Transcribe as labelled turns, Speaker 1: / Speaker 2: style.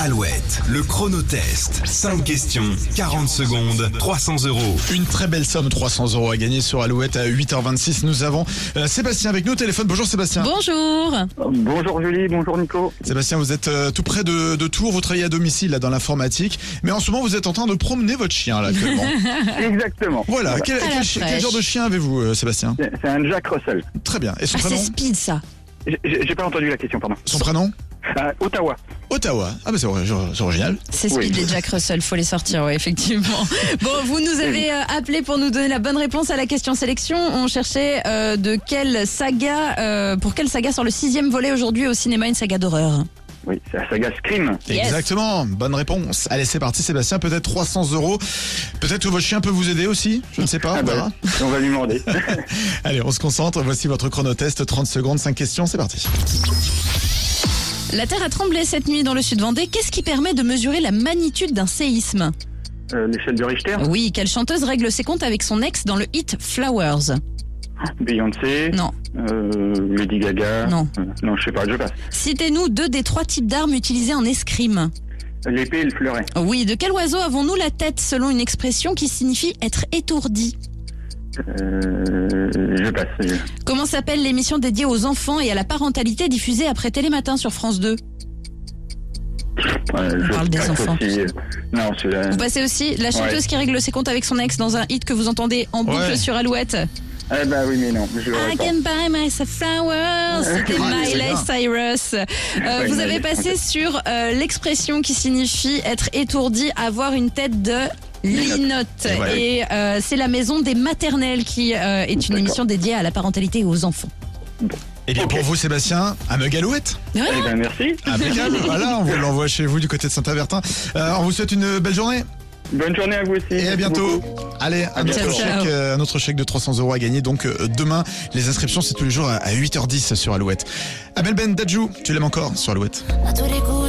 Speaker 1: Alouette, le chronotest. 5 questions, 40 secondes, 300 euros.
Speaker 2: Une très belle somme, 300 euros à gagner sur Alouette à 8h26. Nous avons euh, Sébastien avec nous au téléphone. Bonjour Sébastien.
Speaker 3: Bonjour.
Speaker 4: Bonjour Julie, bonjour Nico.
Speaker 2: Sébastien, vous êtes euh, tout près de, de Tours, vous travaillez à domicile là, dans l'informatique, mais en ce moment vous êtes en train de promener votre chien là actuellement.
Speaker 4: Exactement.
Speaker 2: voilà, quel,
Speaker 3: la
Speaker 2: quel chi- quel
Speaker 3: fraîche.
Speaker 2: genre de chien avez-vous euh, Sébastien
Speaker 4: C'est c'est un Jack Russell.
Speaker 2: Très bien. Et son
Speaker 3: Ah, c'est
Speaker 2: prénom
Speaker 3: speed ça.
Speaker 4: J'ai- J'ai j'ai pas entendu la question, pardon.
Speaker 2: Son prénom
Speaker 4: Euh, Ottawa.
Speaker 2: Ottawa. Ah bah c'est ori- c'est original.
Speaker 3: C'est
Speaker 4: Oui.
Speaker 3: speed les Jack Russell, faut les sortir, oui, effectivement. Bon, vous nous avez euh, appelé pour nous donner la bonne réponse à la question sélection. On cherchait euh, de quelle saga, euh, pour quelle saga sort le sixième volet aujourd'hui au cinéma, une saga d'horreur.
Speaker 4: Oui, c'est la saga Scream.
Speaker 3: Yes.
Speaker 2: Exactement, bonne réponse. Allez, c'est parti Sébastien, peut-être 300 euros. Peut-être que votre chien peut vous aider aussi, je ne sais pas.
Speaker 4: Ah
Speaker 2: on verra.
Speaker 4: bah, on va lui demander.
Speaker 2: Allez, on se concentre. Voici votre chronotest, 30 secondes, 5 questions, c'est parti.
Speaker 3: La Terre a tremblé cette nuit dans le sud Vendée. Qu'est-ce qui permet de mesurer la magnitude d'un séisme
Speaker 4: Euh, L'échelle de Richter,
Speaker 3: Oui, quelle chanteuse règle ses comptes avec son ex dans le hit Flowers
Speaker 4: Beyoncé,
Speaker 3: Non.
Speaker 4: euh, Lady Gaga.
Speaker 3: Non.
Speaker 4: Euh, non, je sais pas, je passe.
Speaker 3: Citez-nous deux des trois types d'armes utilisées en escrime.
Speaker 4: L'épée et le fleuret.
Speaker 3: Oui, de quel oiseau avons-nous la tête selon une expression qui signifie être étourdi
Speaker 4: Euh, je passe. je-
Speaker 3: Comment s'appelle l'émission dédiée aux enfants et à la parentalité diffusée après Télématin sur France 2
Speaker 4: euh, je
Speaker 3: parle des
Speaker 4: passe
Speaker 3: enfants.
Speaker 4: aussi. Euh, Non, c'est la...
Speaker 3: Vous passez aussi la chanteuse
Speaker 4: Ouais.
Speaker 3: qui règle ses comptes avec son ex dans un hit que vous entendez en boucle
Speaker 2: Ouais.
Speaker 3: sur Alouette. Ah,
Speaker 4: Eh bah oui, mais non, je l'aurais
Speaker 3: I
Speaker 4: pas.
Speaker 3: can buy myself flowers. C'était
Speaker 2: Ah, mais c'est
Speaker 3: Miley
Speaker 2: bien.
Speaker 3: Cyrus. Euh,
Speaker 4: Ouais,
Speaker 3: vous
Speaker 4: Miley,
Speaker 3: avez passé sur euh, l'expression qui signifie être étourdi, avoir une tête de linotte.
Speaker 2: Et voilà.
Speaker 3: Et euh, c'est la maison des maternelles qui euh, est une
Speaker 4: D'accord.
Speaker 3: émission dédiée à la parentalité et aux enfants.
Speaker 2: Et bien
Speaker 4: Ok.
Speaker 2: pour vous Sébastien, un mug alouette.
Speaker 4: Eh ben merci.
Speaker 2: Impeccable. voilà, on vous l'envoie chez vous du côté de Saint-Avertin. Euh, on vous souhaite une belle journée
Speaker 4: Bonne journée à vous aussi.
Speaker 2: et à
Speaker 4: Merci
Speaker 2: bientôt.
Speaker 4: beaucoup.
Speaker 2: Allez, un autre,
Speaker 3: bientôt. Ciao,
Speaker 2: chèque,
Speaker 3: ciao.
Speaker 2: euh, un autre chèque de 300 euros à gagner donc euh, demain. Les inscriptions c'est tous les jours à- à 8h10 sur Alouette. Abel Ben Dadjou, tu l'aimes encore sur Alouette.
Speaker 5: À tous les coups,